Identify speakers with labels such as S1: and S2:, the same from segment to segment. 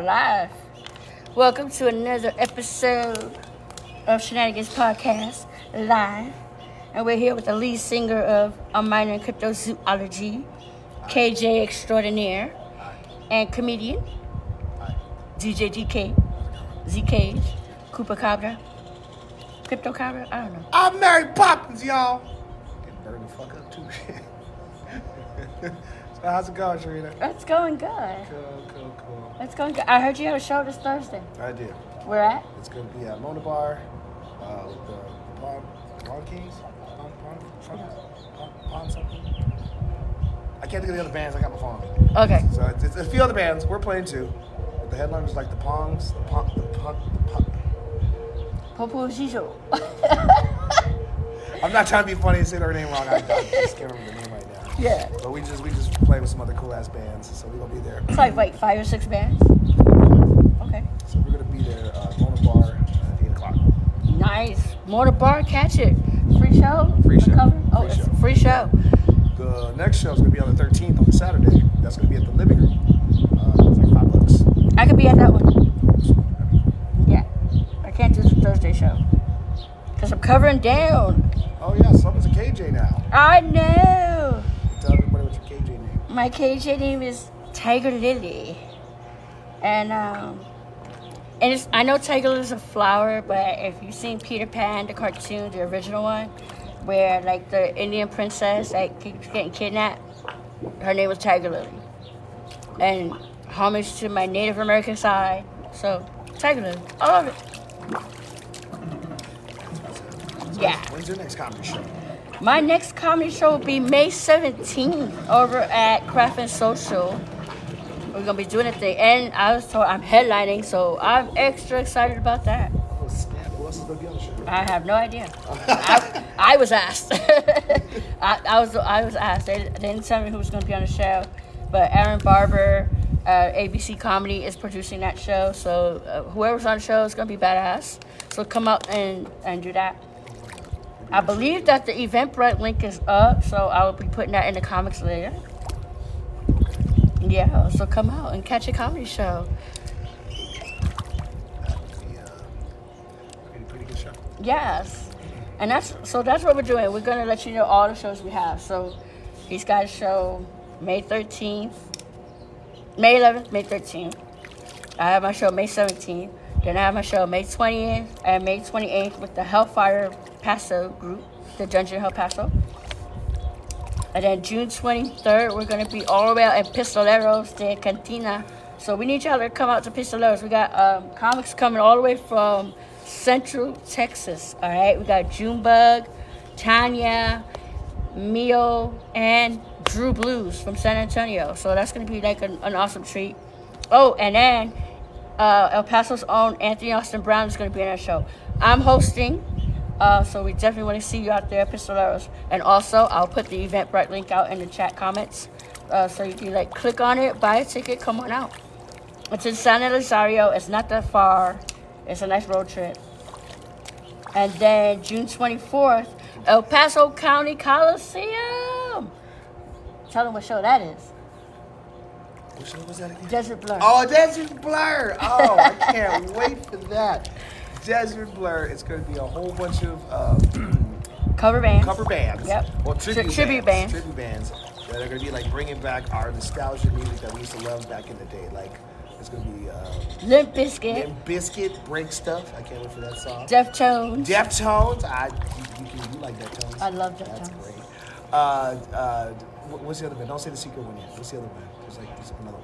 S1: Alive. Welcome to another episode of Shenanigans Podcast Live. And we're here with the lead singer of A Minor in Cryptozoology, KJ Extraordinaire, and comedian DJ DK, Z Cage, Cooper Cabra, Crypto Cabra, I don't know.
S2: I'm Mary Poppins, y'all. Didn't burn the fuck up too. so how's it going, Sharita?
S1: It's going good.
S2: Cool, cool, cool.
S1: It's going good. I heard you had a show this Thursday.
S2: I did.
S1: Where at?
S2: It's gonna be at Mona Bar uh, with the Pond, Pond Kings, Pond, Pond, Pond, Pond, Pond something. I can't think of the other bands. I got my phone.
S1: Okay.
S2: So it's, it's a few other bands we're playing too. But the headliners like the Pongs, the Pong, the Pong, the Pong.
S1: Popo Gijo.
S2: I'm not trying to be funny and say their name wrong. I, I just can't remember the name right now.
S1: yeah.
S2: But we just we just play with some other cool ass bands, so we're gonna be there.
S1: It's like, like five or six bands. Okay.
S2: So we're gonna be there uh, going to bar at eight o'clock.
S1: Nice. More to bar, catch it. Free show?
S2: Free show.
S1: Recover? Oh,
S2: Free
S1: it's
S2: show.
S1: a free show.
S2: The next show is gonna be on the thirteenth on Saturday. That's gonna be at the living room. Uh, it's like five bucks.
S1: I could be at that one.
S2: So, I mean,
S1: Yeah. I can't do the Thursday show. Because I'm covering down.
S2: Oh yeah, someone's a KJ now.
S1: I know.
S2: Tell everybody what your KJ name.
S1: My KJ name is Tiger Lily. And, um,. And it's, I know Tiger Lily is a flower, but if you've seen Peter Pan, the cartoon, the original one, where like the Indian princess that keeps getting kidnapped, her name was Tiger Lily. and homage to my Native American side. So, Tiger Lily. I love it. Yeah.
S2: When's your next comedy show?
S1: My next comedy show will be May 17th over at Craft and Social. We're gonna be doing a thing, and I was told I'm headlining, so I'm extra excited about that.
S2: Oh snap! Who else is gonna be on the show?
S1: I have no idea. I, I was asked. I, I was I was asked. They, they didn't tell me who was going to be on the show, but Aaron Barber, uh, ABC Comedy is producing that show. So uh, whoever's on the show is going to be badass. So come up and and do that. I believe that the Eventbrite link is up, so I will be putting that in the comics later. Yeah, so come out and catch a comedy show.
S2: That would be uh, pretty pretty good show.
S1: Yes. And that's so that's what we're doing. We're gonna let you know all the shows we have. So he's got a show May 13th, May 11th, May 13th. I have my show May 17th. Then I have my show May 20th and May 28th with the Hellfire Paso group, the Dungeon Hell Paso. And then June 23rd, we're going to be all the way out at Pistoleros de Cantina. So we need y'all to come out to Pistoleros. We got um, comics coming all the way from Central Texas. All right, we got Junebug, Tanya, Mio, and Drew Blues from San Antonio. So that's going to be like an, an awesome treat. Oh, and then uh, El Paso's own Anthony Austin Brown is going to be on our show. I'm hosting. Uh, so we definitely want to see you out there, Pistoleros. And also, I'll put the Eventbrite link out in the chat comments, uh, so you can like click on it, buy a ticket, come on out. It's in San Elizario. It's not that far. It's a nice road trip. And then June 24th, El Paso County Coliseum. Tell them what show that is.
S2: What show was that again?
S1: Desert Blur.
S2: Oh, Desert Blur! Oh, I can't wait for that. Desert Blur. It's going to be a whole bunch of uh,
S1: cover bands.
S2: cover bands.
S1: Yep.
S2: Well,
S1: Tri-
S2: tribute,
S1: tribute bands.
S2: bands. Tribute bands that are going to be like bringing back our nostalgia music that we used to love back in the day. Like it's going to be uh,
S1: Limp Bizkit.
S2: Limp Biscuit, Break Stuff. I can't wait for that song.
S1: Deftones.
S2: Deftones. I you, you, can, you like Deftones?
S1: I love
S2: That's
S1: Deftones.
S2: great. Uh, uh, wh- what's the other one? Don't say the secret one yet. What's the other one? There's like there's another one.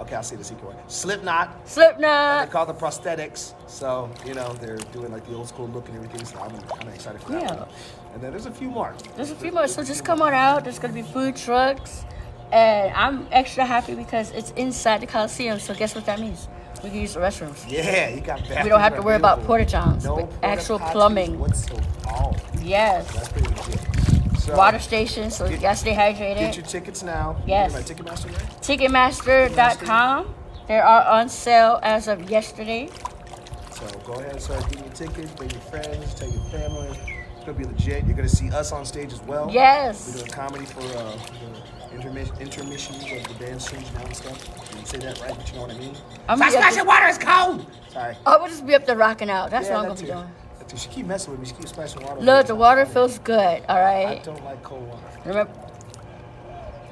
S2: Okay, I'll say the secret one. Slipknot. They
S1: Slipknot.
S2: call them prosthetics, so you know they're doing like the old school look and everything. So I'm kind of excited for that.
S1: Yeah.
S2: One. And then there's a few more.
S1: There's a few more, so just come on out. There's gonna be food trucks, and I'm extra happy because it's inside the Coliseum. So guess what that means? We can use the restrooms.
S2: Yeah, you got that.
S1: We don't have to worry about
S2: portage.
S1: porta-johns,
S2: No
S1: but
S2: porta
S1: actual
S2: potties
S1: plumbing.
S2: whatsoever. Oh,
S1: Yes,
S2: that's pretty legit. So,
S1: water station, so you
S2: Get-
S1: gotta stay
S2: Get
S1: hydrated.
S2: your tickets now.
S1: Yes.
S2: You get my Ticketmaster, right?
S1: Ticketmaster.com. They are on sale as of yesterday.
S2: So go ahead and start getting your tickets. Bring your friends, tell your family. It's gonna be legit. You're gonna see us on stage as well.
S1: Yes.
S2: We're doing comedy for uh, the intermission, intermissions of the bands changing out and stuff. Didn't say that right, but you know what I mean.
S1: I'm
S3: My
S1: gonna be up
S3: splashing
S1: there,
S3: water is cold.
S2: Sorry.
S1: I will Oh, just be up there rocking out. That's
S2: Yeah,
S1: what I'm
S2: that
S1: gonna be doing.
S2: too. That too. She keep messing with me. She keep splashing water. on
S1: Look,
S2: me.
S1: the water feels good. All
S2: I
S1: right.
S2: don't like cold water.
S1: Remember,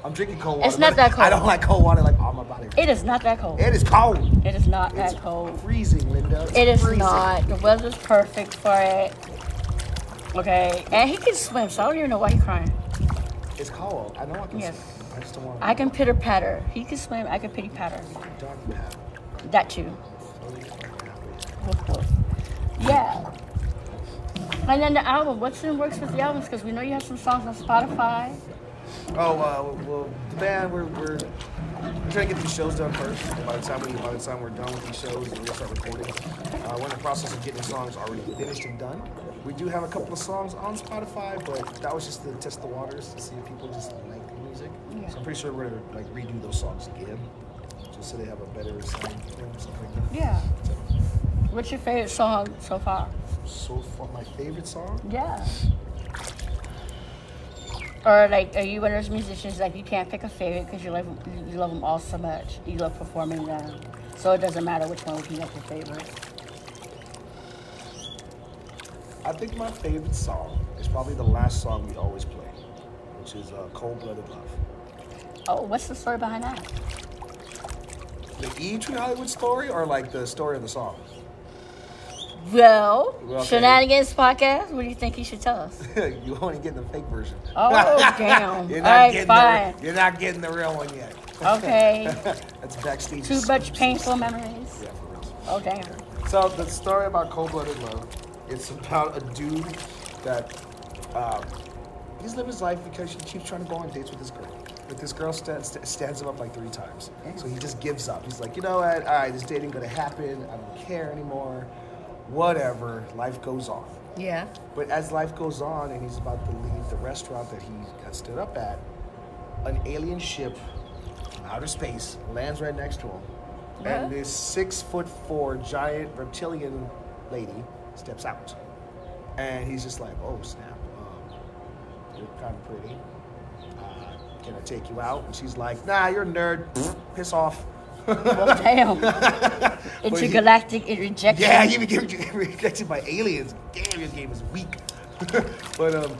S2: I'm drinking cold water.
S1: It's not
S2: but
S1: that cold.
S2: I don't like cold water like all my body.
S1: it is not that cold.
S2: It is cold.
S1: It is not
S2: It's
S1: that cold.
S2: freezing, Linda. It's
S1: It is
S2: freezing.
S1: not. The weather's perfect for it. Okay, and he can swim, so I don't even know why he's crying.
S2: It's cold. I know I can.
S1: Yes.
S2: swim. I just don't want to.
S1: I can pitter patter. He can swim. I can pitty patter.
S2: Dog paddle.
S1: That too. Woof, woof. Yeah. And then the album. What's in works with the albums? Because we know you have some songs on Spotify.
S2: Oh uh, well, the band we're, we're we're trying to get these shows done first. By the time we by the time we're done with these shows, we'll start recording. Uh, we're in the process of getting the songs already finished and done. We do have a couple of songs on Spotify, but that was just to test the waters to see if people just like the music. So I'm pretty sure we're gonna like redo those songs again, just so they have a better sound, you know, something like that.
S1: Yeah. What's your favorite song so far?
S2: So far, my favorite song.
S1: Yeah. Or like, are you one of those musicians like you can't pick a favorite because you love you love them all so much. You love performing them, so it doesn't matter which one would be like your favorite.
S2: I think my favorite song is probably the last song we always play, which is uh, "Cold Blooded Love."
S1: Oh, what's the story behind that?
S2: The E True Hollywood story or like the story of the song?
S1: Well,
S2: Well, okay.
S1: shenanigans podcast. What do you think he should tell us?
S2: you only getting the fake version.
S1: Oh, damn.
S2: You're not,
S1: All right,
S2: getting
S1: fine.
S2: The, re- you're not getting the real one yet.
S1: Okay.
S2: That's backstage.
S1: Too much painful memories.
S2: Yeah, for real.
S1: Oh damn.
S2: So the story about Cold Blooded Love, it's about a dude that um, he's living his life because he keeps trying to go on dates with this girl. But this girl sta- sta- stands him up like three times. So he just gives up. He's like, you know what? All right, this dating gonna happen. I don't care anymore. Whatever. Life goes on.
S1: Yeah.
S2: But as life goes on and he's about to leave the restaurant that he got stood up at, an alien ship from outer space lands right next to him.
S1: Yeah.
S2: And this six foot four giant reptilian lady steps out. And he's just like, oh snap, um, you're kind of pretty. Uh, can I take you out? And she's like, nah, you're a nerd. Piss off.
S1: Oh damn. Intergalactic rejection.
S2: Yeah, he even getting rejected by aliens. Damn, his game is weak. but um,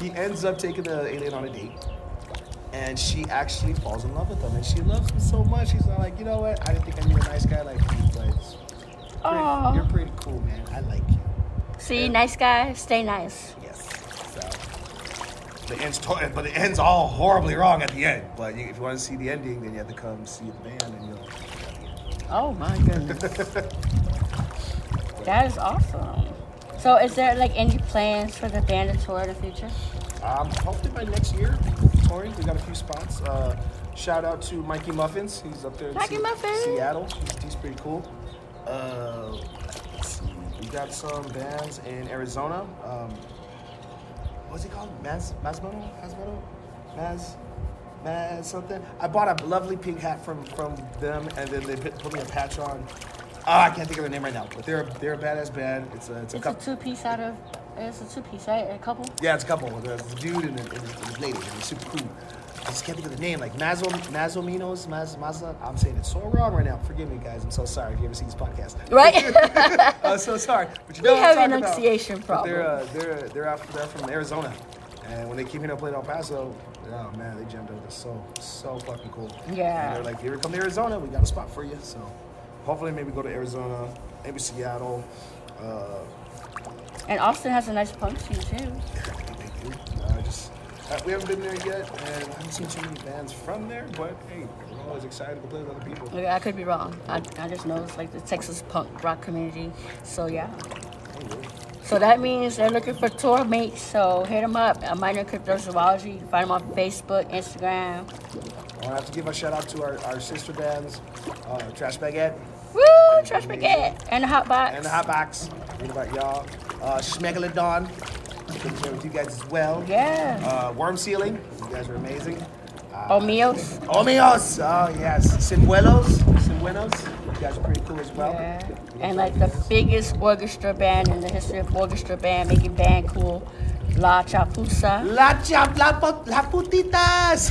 S2: he ends up taking the alien on a date, and she actually falls in love with him, and she loves him so much. She's all like, you know what? I didn't think I knew a nice guy like you, but it's
S1: Aw.
S2: pretty, you're pretty cool, man. I like you.
S1: See, nice guy, stay nice.
S2: Yes. So the ends, to- but it ends all horribly wrong at the end. But you, if you want to see the ending, then you have to come see the band, and you'll.
S1: Oh my goodness. that is awesome. So is there like any plans for the band to tour in the future?
S2: Um, hopefully by next year, touring. We got a few spots. Uh, shout out to Mikey Muffins. He's up there in
S1: Mikey
S2: Se-
S1: Muffins.
S2: Seattle. He's, he's pretty cool. Uh, let's see. We got some bands in Arizona. Um, what's he called? Maz Masmodo? Masmodo? Maz Maz something. I bought a lovely pink hat from from them, and then they put, put me a patch on. Ah, I can't think of their name right now, but they're they're a badass band. It's a it's a
S1: It's a
S2: couple.
S1: two piece out of it's a two piece, right? A couple?
S2: Yeah, it's a couple. There's a dude and, a, and this- this lady. And it's super cool. I just can't think of the name. Like Mazo, Mazominos, Maz, Mazza. I'm saying it so wrong right now. Forgive me, guys. I'm so sorry if you ever see this podcast.
S1: Right?
S2: I'm so sorry. But you
S1: We
S2: know what
S1: have
S2: I'm talking
S1: enunciation
S2: about. But They're, uh,
S1: problems.
S2: they're, they're, out, they're from Arizona. And when they came here to play in El Paso, oh man, they jumped over. So, so fucking cool.
S1: Yeah.
S2: And they're like, here we come to Arizona. We got a spot for you. So hopefully maybe go to Arizona, maybe Seattle. Uh,
S1: and Austin has a nice punk scene too.
S2: Thank you. Uh, just uh, we haven't been there yet, and I haven't seen too many bands from there. But hey, we're always excited to play with other people.
S1: Okay, I could be wrong. I, I just know it's like the Texas punk rock community. So yeah. So that means they're looking for tour mates. So hit them up. A minor cryptozoology. You can find them on Facebook, Instagram.
S2: I want to give a shout out to our, our sister bands, uh, Trash Baguette
S1: Woo! Trash Baguette and the Hot Box.
S2: and the Hot Box. What about y'all? Uh, Schmegalodon. Been there with you guys as well.
S1: Yeah.
S2: Uh, Worm Sealing. You guys are amazing.
S1: Oh, Mios.
S2: Omios. Oh yes. Sinbuelos. Sinbuenos. You guys are pretty cool as well.
S1: Yeah. And like the biggest orchestra band in the history of orchestra band, making band cool. La Chapuza.
S2: La chap, la, pot, la putitas.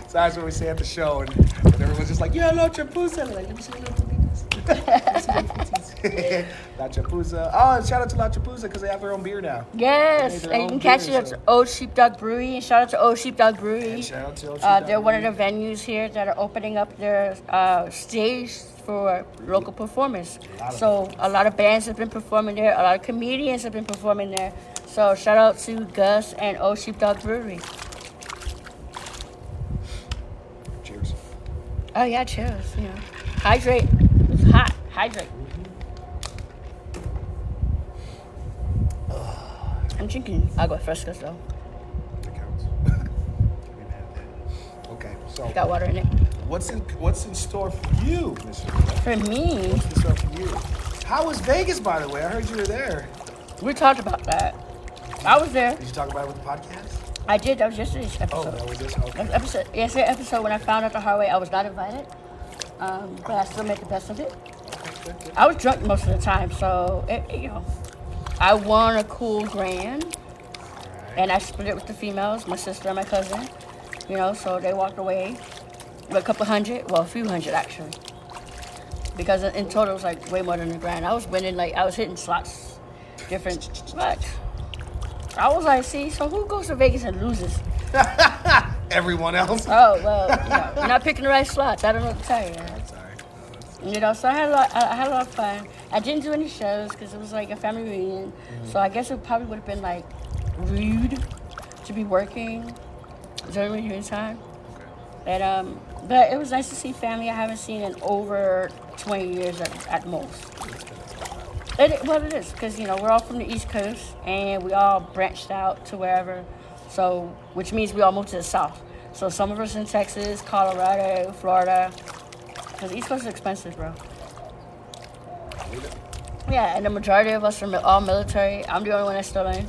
S2: so that's what we say at the show, and, and everyone's just like, "Yeah, la chapuza." I'm like, let me see the little putitas. Let me see the putitas. la chapuza. Oh, shout out to La Chapuza because they have their own beer now.
S1: Yes,
S2: They made their
S1: and you
S2: own
S1: can catch it
S2: beer,
S1: at
S2: so-
S1: Old Sheepdog Brewery. And shout out to Old Sheepdog Brewery.
S2: And shout out to Old
S1: Uh,
S2: Sheepdog
S1: they're one of the
S2: Brewery.
S1: venues here that are opening up their uh, stage for local performance.
S2: lot of
S1: So a lot of bands have been performing there. A lot of comedians have been performing there. So shout out to Gus and Old Sheepdog Brewery.
S2: Cheers.
S1: Oh yeah, cheers. You know, hydrate. It's hot. Hydrate. I'm drinking agua fresca though.
S2: That counts. Can't be mad at that. Okay, so
S1: Got water in it.
S2: what's in what's in store for you, Mister? What's
S1: For me,
S2: in store for you? How was Vegas, by the way? I heard you were there.
S1: we talked about that. I was there.
S2: Did you talk about it with the podcast?
S1: I did. That was yesterday's
S2: Oh,
S1: episode.
S2: that was this. Okay.
S1: That was episode yesterday episode when I found out the hard way I was not invited. Um, but I still made the best of it.
S2: Okay, good, good.
S1: I was drunk most of the time, so it, it, you know, I won a cool grand, and I split it with the females, my sister and my cousin. You know, so they walked away with a couple hundred, well, a few hundred actually, because in in total it was like way more than a grand. I was winning like I was hitting slots, different, but I was like, see, so who goes to Vegas and loses?
S2: Everyone else.
S1: Oh well, you know, you're not picking the right slots. I don't know what to tell you.
S2: I'm sorry. No, that's-
S1: You know, so I had a lot. I I had a lot of fun. I didn't do any shows because it was like a family reunion. So I guess it probably would have been like rude to be working during reunion time. But um, but it was nice to see family I haven't seen in over 20 years at, at most. It, i- well, it is because you know we're all from the East Coast and we all branched out to wherever, so which means we all moved to the South. So some of us in Texas, Colorado, Florida, because East Coast is expensive, bro. Yeah, and the majority of us are mi- all military. I'm the only one that's still in.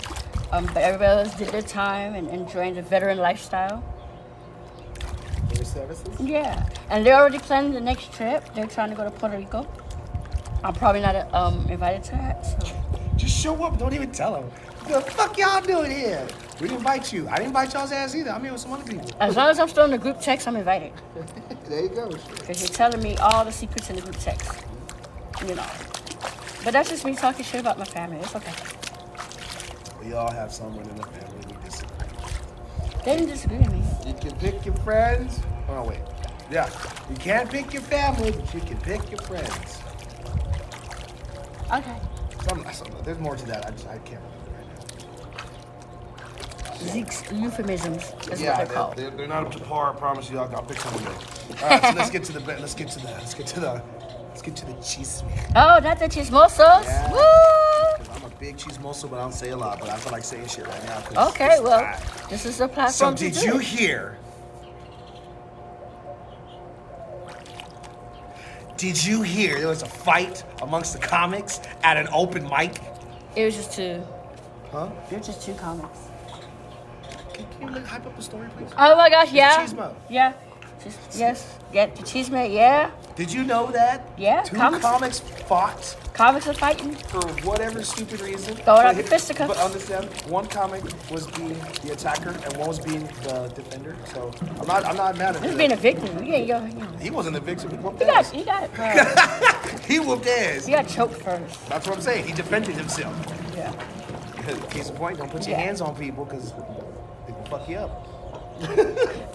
S1: Um, but everybody else did their time and enjoying the veteran lifestyle.
S2: Your services?
S1: Yeah, and they're already planning the next trip. They're trying to go to Puerto Rico. I'm probably not uh, um, invited to that. So.
S2: Just show up. Don't even tell them. The fuck y'all doing here? We didn't invite you. I didn't invite y'all's ass either. I'm here with some other people.
S1: As long as I'm still in the group text, I'm invited.
S2: there you go.
S1: Because you're telling me all the secrets in the group text. You know. But that's just me talking shit about my family. It's okay.
S2: We all have someone in the family we disagree.
S1: They didn't disagree with me.
S2: You can pick your friends. Oh wait. Yeah. You can't pick your family, but you can pick your friends.
S1: Okay.
S2: Some, some, there's more to that. I just I can't remember right
S1: Zeke's euphemisms
S2: now.
S1: is what they're called.
S2: they're, they're not up to par. I promise you. I'll, I'll pick someone else. All right. So let's get to the let's get to the let's get to the let's get to the cheese
S1: Oh, not the chismosos.
S2: Yeah.
S1: Woo!
S2: I'm a big cheese muscle, but I don't say a lot. But I feel like saying shit right now. 'cause
S1: Okay,
S2: it's
S1: well,
S2: hot.
S1: this is the
S2: So
S1: platform to
S2: did
S1: do
S2: you
S1: it.
S2: hear? Did you hear there was a fight amongst the comics at an open mic?
S1: It was just two.
S2: Huh?
S1: It was just two comments.
S2: Can, can you like, hype up the story, please?
S1: Oh my gosh, yeah.
S2: Chismo.
S1: Yeah. Just, yes. Yeah, the chisme, yeah.
S2: Did you know that?
S1: Yeah,
S2: Two
S1: comics-
S2: comics fought
S1: Comics are fighting.
S2: for whatever stupid reason.
S1: Throw it out
S2: But
S1: the
S2: he-
S1: fisticuffs.
S2: But understand, one comic was being the attacker and one was being the defender. So I'm not, I'm not mad at
S1: This
S2: that.
S1: being a victim. You ain't go. You know.
S2: He wasn't a victim. He whooped
S1: You got,
S2: ass.
S1: you got it, bro.
S2: He whooped ass.
S1: you got choked first.
S2: That's what I'm saying. He defended himself.
S1: Yeah.
S2: Case in point, don't put your
S1: Yeah.
S2: hands on people because they can fuck you up.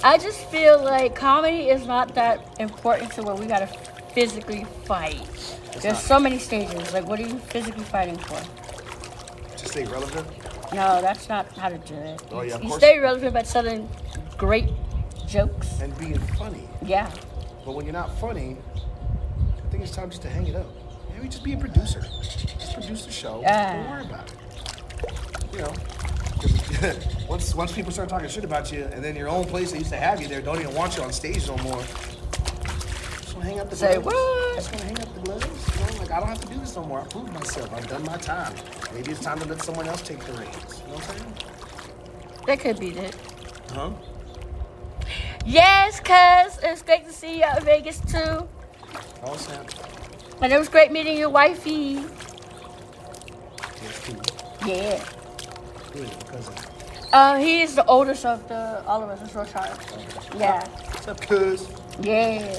S1: I just feel like comedy is not that important to where we gotta physically fight. There's
S2: not.
S1: so many stages. Like, what are you physically fighting for?
S2: Just stay relevant.
S1: No, that's not how to do it.
S2: Oh, yeah, of
S1: you
S2: course.
S1: stay relevant by telling great jokes.
S2: and being funny.
S1: Yeah.
S2: But when you're not funny, I think it's time just to hang it up. Maybe just be a producer. Just produce the show. Don't
S1: Yeah.
S2: worry about it. You know. 'Cause once once people start talking shit about you, and then your own place that used to have you there don't even want you on stage no more. Just wanna hang up the
S1: Say
S2: gloves.
S1: what?
S2: Just wanna hang up the gloves. You know, like I don't have to do this no more. I proved myself. I've done my time. Maybe it's time to let someone else take the reins. You know what I'm saying?
S1: That could be it.
S2: Huh?
S1: Yes, cuz it's great to see you out in Vegas too.
S2: All sound.
S1: And it was great meeting your wifey.
S2: Yes, too.
S1: Yeah.
S2: Who is it? Cousin.
S1: Uh, he is the oldest of the all of us. It's Rochard. Yeah,
S2: What's up, cuz?
S1: yeah.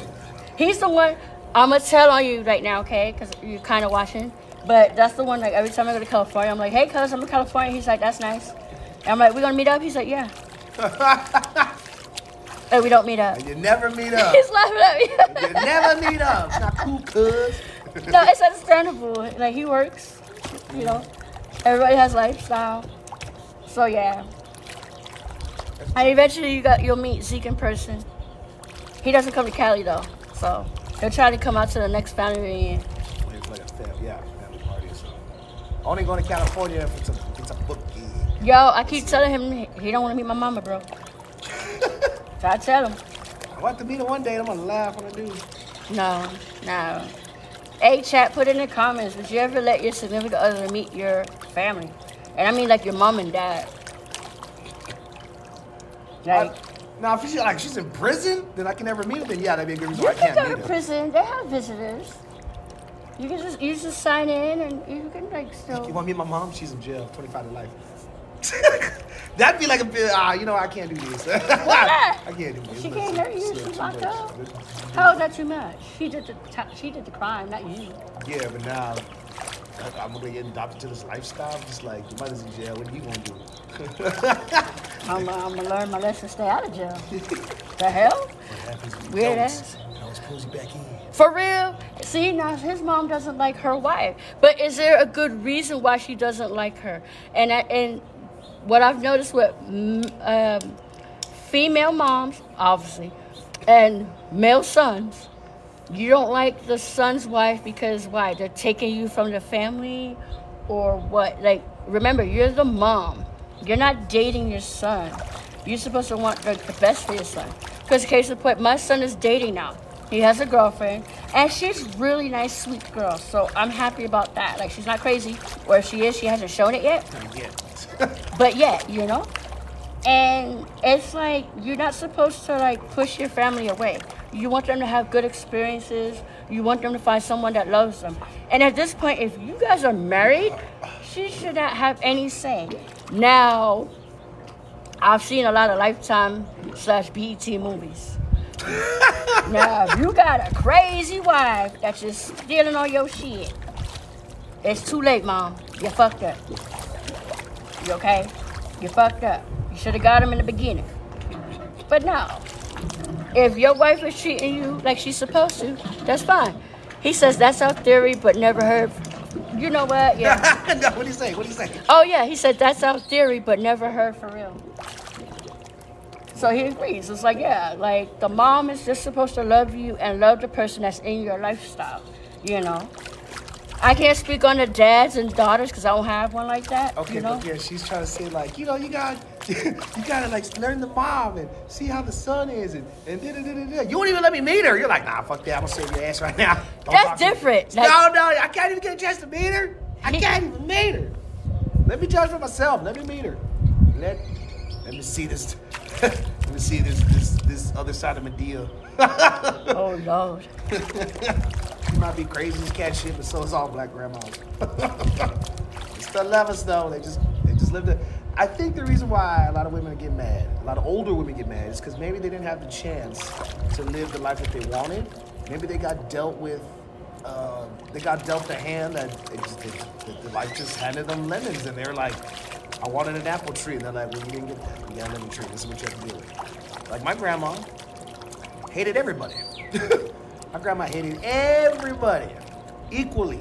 S1: He's the one. I'ma tell on you right now, okay? Cause you're kind of watching. But that's the one. Like every time I go to California, I'm like, "Hey, cuz, I'm in California." He's like, "That's nice." And I'm like, "We gonna meet up?" He's like, "Yeah." and we don't meet up.
S2: And you never meet up.
S1: He's laughing at me.
S2: you never meet up. It's not cool, cuz.
S1: no, it's understandable. Like he works, you know. Everybody has lifestyle. So yeah. And eventually you got you'll meet Zeke in person. He doesn't come to Cali though, so he'll try to come out to the next family reunion.
S2: It's like a fam- yeah, family party or something. Only going to California if it's a, if it's a book gig.
S1: Yo, I keep telling him he- he don't want to meet my mama, bro. so I tell him,
S2: I want to meet her one day. and I'm gonna laugh when I do.
S1: no, no. Hey, chat, put in the comments. Would you ever let your significant other meet your family? And I mean like your mom and dad. Um, Like.
S2: now if she's like she's in prison, then I can never meet her. Then yeah, that'd be a good reason.
S1: You
S2: why I
S1: can
S2: can't
S1: go
S2: meet
S1: to
S2: her.
S1: prison. They have visitors. You can just you just sign in and you can like
S2: You
S1: still.
S2: want to meet my mom? She's in jail, 25 to life. That'd be like a bit, ah, you know, I can't do this.
S1: not?
S2: I can't do this.
S1: She can't hurt you.
S2: Yeah,
S1: She's
S2: too
S1: locked
S2: much.
S1: up. How is that too much? She did the t- she did the crime, not you.
S2: Yeah, but now I- I'm gonna get adopted to this lifestyle. I'm just like, your mother's in jail. What are you gonna do?
S1: I'm, uh, I'm gonna learn my lesson. Stay out of jail. the hell?
S2: What happens when you
S1: Weird
S2: don't?
S1: ass.
S2: I was pulls you back in.
S1: For real? See, now his mom doesn't like her wife, but is there a good reason why she doesn't like her? And I, and what I've noticed with mm, um, female moms, obviously, and male sons, you don't like the son's wife because why? They're taking you from the family, or what? Like, remember, you're the mom. You're not dating your son. You're supposed to want the, the best for your son. Because case in point, my son is dating now. He has a girlfriend, and she's really nice, sweet girl. So I'm happy about that. Like, she's not crazy, or if she is, she hasn't shown it yet
S2: Not yet.
S1: but yet, you know? And it's like you're not supposed to like push your family away. You want them to have good experiences. You want them to find someone that loves them. And at this point, if you guys are married, she should not have any say. Now, I've seen a lot of Lifetime slash BET movies. now, if you got a crazy wife that's just stealing all your shit, it's too late, mom. You fucked up. You okay? You fucked up. You should have got him in the beginning. But no. If your wife is treating you like she's supposed to, that's fine. He says that's our theory, but never heard. You know what? Yeah.
S2: no, what do you say? What do you say?
S1: Oh yeah, he said that's our theory, but never heard for real. So he agrees. It's like yeah, like the mom is just supposed to love you and love the person that's in your lifestyle. You know, I can't speak on the dads and daughters because I don't have one like that.
S2: Okay,
S1: you know?
S2: but yeah, she's trying to say like, you know, you got, you gotta like learn the mom and see how the son is and and da da da da. da. You won't even let me meet her. You're like, nah, fuck that. I'm gonna save your ass right now. Don't
S1: That's
S2: talk to me.
S1: different.
S2: no,
S1: Like-
S2: no, I can't even get a chance to meet her. I can't even meet her. Let me judge for myself. Let me meet her. Let let me see this. let me see this this this other side of Medea.
S1: Oh lord.
S2: You might be crazy as cat shit, but so is all black grandmas. they still love us though. They just they just live the I think the reason why a lot of women get mad, a lot of older women get mad, is because maybe they didn't have the chance to live the life that they wanted. Maybe they got dealt with uh, they got dealt the hand that it just, it, that the life just handed them lemons, and they were like, "I wanted an apple tree," and they're like, "Well, you didn't get that. You got a lemon tree. This is what you have to deal with." Like my grandma, hated everybody. My grandma hated everybody equally.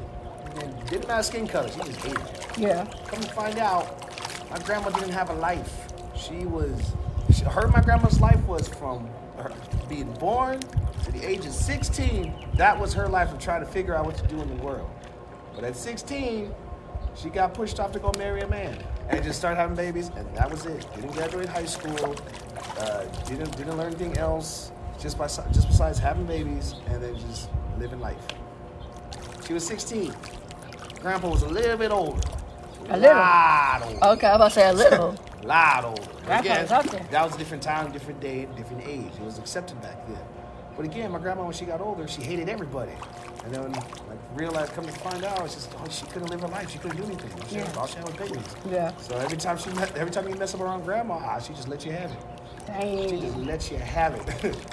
S2: And didn't matter skin color, she just hated it.
S1: Yeah.
S2: Come to find out, my grandma didn't have a life. She was, she, her and my grandma's life was from her being born to the age of 16. That was her life of trying to figure out what to do in the world. But at 16, she got pushed off to go marry a man and just start having babies, and that was it. Didn't graduate high school, uh, didn't didn't learn anything else. Just by just besides having babies and then just living life. She was 16. Grandpa was a little bit older.
S1: A little?
S2: Lot older.
S1: Okay, I'm about to say a little.
S2: Lot older. But
S1: Grandpa was out there.
S2: That was a different time, different day, different age. It was accepted back then. But again, my grandma, when she got older, she hated everybody. And then, like, realized, come to find out, it's just, oh, she couldn't live her life. She couldn't do anything. She
S1: Yeah.
S2: all she had was babies.
S1: Yeah.
S2: So every time she, met, every time you mess up around grandma, ah, she just let you have it. She
S1: Dang.
S2: just let you have it.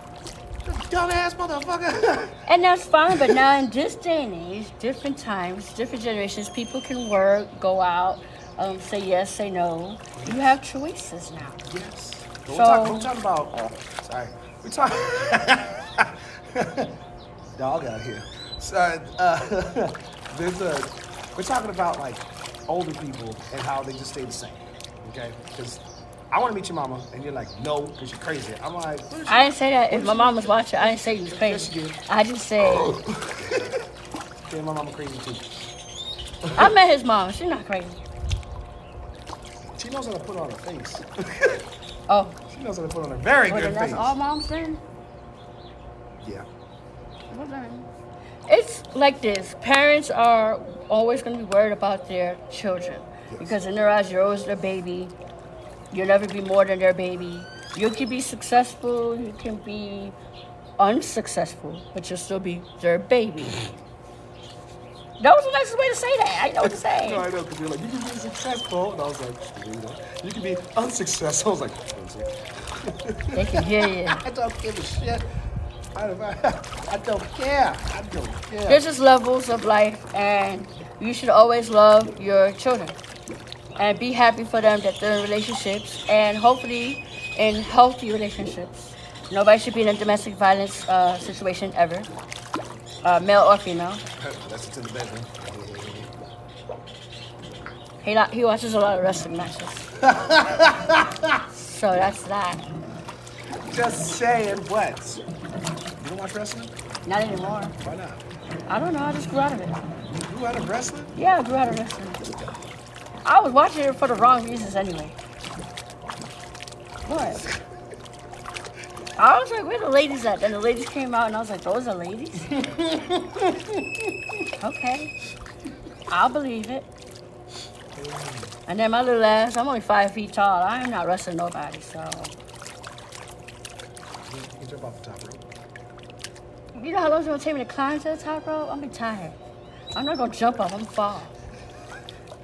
S2: Dumbass motherfucker.
S1: And that's fine, but now in this day and age, different times, different generations, people can work, go out, um, say yes, say no. You have choices now.
S2: yes.
S1: So-
S2: Don't talk. Don't talk about. oh, sorry. We're talking. Dog out here. So uh, there's a. We're talking about like older people and how they just stay the same. Okay. Because I want to meet your mama, and you're like, no, because you're crazy. I'm like, what is she?
S1: I didn't say that. If my mom was watching, I didn't say you was
S2: Yes, you
S1: crazy.
S2: did.
S1: I just said
S2: Damn, my mama crazy too.
S1: I met his mom. She's not crazy.
S2: She knows how to put on her face.
S1: Oh,
S2: she knows how to put on a very
S1: well,
S2: good
S1: then
S2: face.
S1: that's all moms then.
S2: yeah.
S1: Well done. It's like this. Parents are always going to be worried about their children because in their eyes, you're always their baby. You'll never be more than their baby. You can be successful. You can be unsuccessful, but you'll still be their baby. That was the nicest way to say that. I know what to say.
S2: No, I know, because you're like, you can be successful. And I was like, you, know, you can be unsuccessful. I was like,
S1: They can hear you.
S2: I don't give a shit. I don't, I don't care. I don't care.
S1: There's just levels of life, and you should always love your children and be happy for them that they're in relationships and hopefully in healthy relationships. Nobody should be in a domestic violence uh, situation ever, uh, male or female.
S2: That's to the bedroom.
S1: He, not, he watches a lot of wrestling matches. so that's that.
S2: Just saying what? You don't watch wrestling?
S1: Not anymore.
S2: Why not?
S1: I don't know, I just grew out of it.
S2: You out of wrestling?
S1: Yeah, I grew out of wrestling. I was watching it for the wrong reasons anyway. What? I was like, where the ladies at? Then the ladies came out and I was like, those are ladies? okay. I'll believe it. And then my little ass, I'm only five feet tall. I am not wrestling nobody, so.
S2: You can jump off the top rope.
S1: You know how long it's gonna take me to climb to the top rope? I'm gonna be tired. I'm not gonna jump off, I'm gonna fall.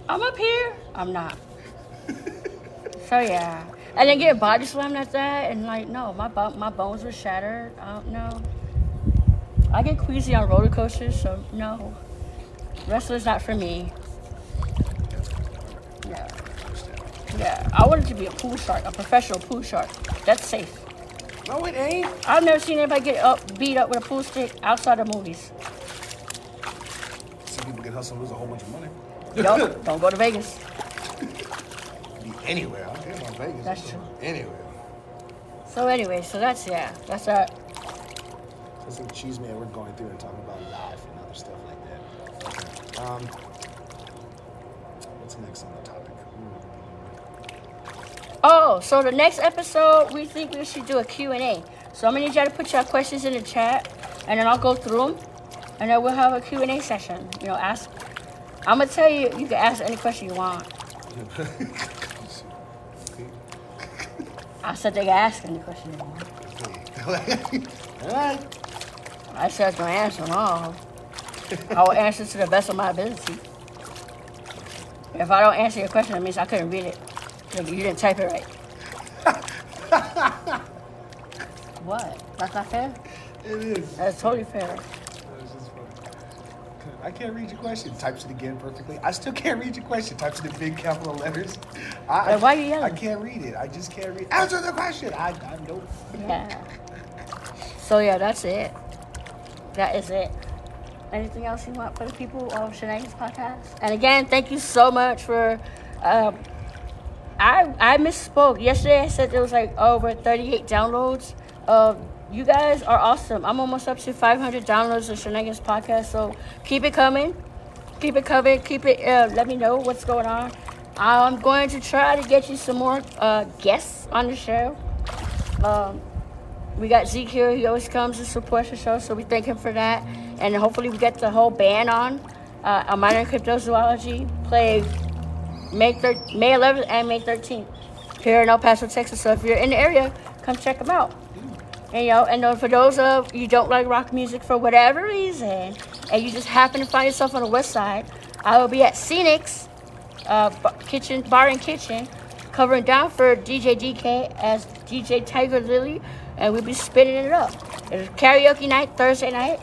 S1: I'm up here, I'm not. so yeah. And then get body slammed at that and like no, my bo- my bones were shattered. I don't know. I get queasy on roller coasters, so no. Wrestling's not for me. Yeah. Yeah. I wanted to be a pool shark, a professional pool shark. That's safe.
S2: No, it ain't.
S1: I've never seen anybody get up, beat up with a pool stick outside of movies.
S2: Some people get hustled and lose a whole bunch of money.
S1: Don't, don't go to Vegas.
S2: Be anywhere. I don't care about Vegas.
S1: That's true.
S2: Anywhere.
S1: So anyway, so that's yeah, that's our
S2: That's some cheese man we're going through and talking about life and other stuff like that. Okay. Um, what's next on the topic? Hmm.
S1: Oh, so the next episode we think we should do a Q&A. So I'm gonna need y'all to put your questions in the chat, and then I'll go through them, and then we'll have a Q&A session. You know, ask. I'm gonna tell you, you can ask any question you want. I said they can ask any question they want.
S2: All right.
S1: I said I was gonna answer them all. I will answer to the best of my ability. If I don't answer your question, it means I couldn't read it. Like, You didn't type it right. what? That's not fair?
S2: It is.
S1: That's totally fair.
S2: That was just funny. I can't read your question. Types it again perfectly. I still can't read your question. Types it in big capital letters. I,
S1: Then why you
S2: I
S1: yelling?
S2: can't read it. I just can't read. Answer the question. I, I nope.
S1: Yeah. So yeah, that's it. That is it. Anything else you want for the people of Shanae's podcast? And again, thank you so much for. Um, I I misspoke yesterday. I said there was like over 38 downloads. Uh, you guys are awesome. I'm almost up to 500 downloads of Shanae's podcast. So keep it coming. Keep it coming. Keep it. Uh, let me know what's going on. I'm going to try to get you some more uh, guests on the show. Um, we got Zeke here. He always comes and supports the show, so we thank him for that. And hopefully, we get the whole band on. Uh, a minor in cryptozoology play May thir- May 11th and May 13th here in El Paso, Texas. So if you're in the area, come check them out. And, you know, and uh, for those of you don't like rock music for whatever reason, and you just happen to find yourself on the west side, I will be at Scenics uh, b- Kitchen Bar and Kitchen, covering down for DJ DK as DJ Tiger Lily, and we'll be spinning it up. It's karaoke night Thursday night,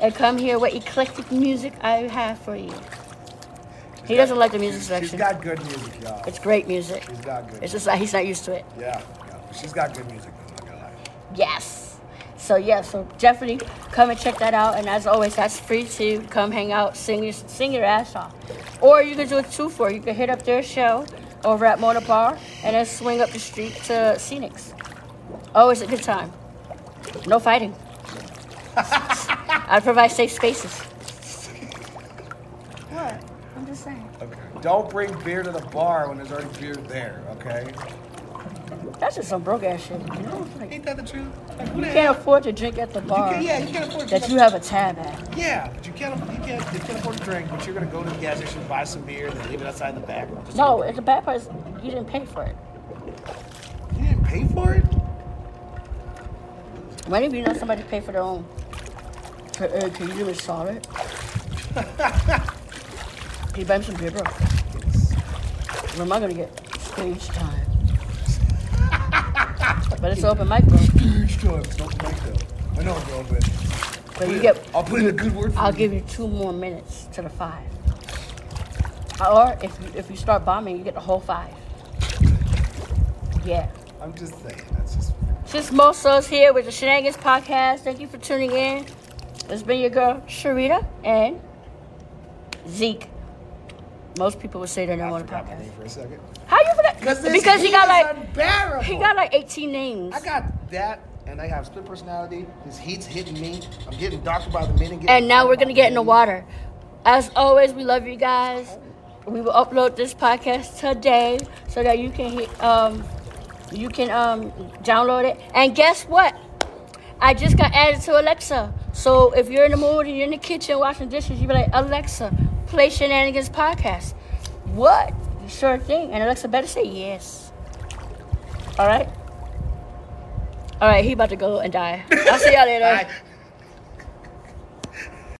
S1: and come hear what eclectic music I have for you. He doesn't like the music
S2: She's-
S1: selection.
S2: She's got good music, y'all.
S1: It's great music.
S2: She's got good.
S1: It's just that he's not used to it.
S2: yeah, yeah. She's got good music. I'm not gonna lie.
S1: Yes. So yeah, so definitely come and check that out. And as always, that's free to come hang out, sing your sing your ass off, or you can do a two for. You can hit up their show over at Mona Bar and then swing up the street to Scenics. Always a good time. No fighting. I provide safe spaces. What? I'm just saying.
S2: Okay. Don't bring beer to the bar when there's already beer there. Okay.
S1: That's just some broke ass shit. You know, Like,
S2: Ain't that the truth? Like, who
S1: you
S2: the hell-
S1: can't afford to drink at the
S2: You
S1: bar
S2: can't- yeah, you can't afford to
S1: that you have a tab at.
S2: Yeah, but you can't, you can't, you can't afford to drink, but you're gonna go to the gas station, buy some beer, and then leave it outside in the back. Just-
S1: No, the bad part is you didn't pay for it.
S2: You didn't pay for it?
S1: When have you know somebody pay for their own? Can, uh, can you do it solid? can you buy me some beer, bro? Or am I gonna get stage time? but it's open mic, bro.
S2: Huge time. Don't make that. I know, bro, but.
S1: But you get,
S2: I'll put in a good word for
S1: I'll
S2: you.
S1: give you two more minutes to the five. Or if you, if you start bombing, you get the whole five. Yeah.
S2: I'm just saying. That's just.
S1: Just Mosos here with the Shenanigans Podcast. Thank you for tuning in. It's been your girl, Sharita, and Zeke. Most people would say they're
S2: I
S1: not on the
S2: forgot my
S1: podcast.
S2: name for a second.
S1: How you forgot?
S2: this
S1: Because he
S2: heat
S1: got
S2: is
S1: like
S2: unbearable.
S1: he got like 18 names.
S2: I got that, and I have split personality. This heat's hitting me. I'm getting darker by the minute.
S1: and now we're gonna get in the water. As always, we love you guys. We will upload this podcast today so that you can he- um you can um download it. And guess what? I just got added to Alexa. So if you're in the mood and you're in the kitchen washing dishes, you be like Alexa, play Shenanigans podcast. What? Sure thing. And Alexa better say yes. All right. All right. He about to go and die. I'll see y'all later.
S2: Bye.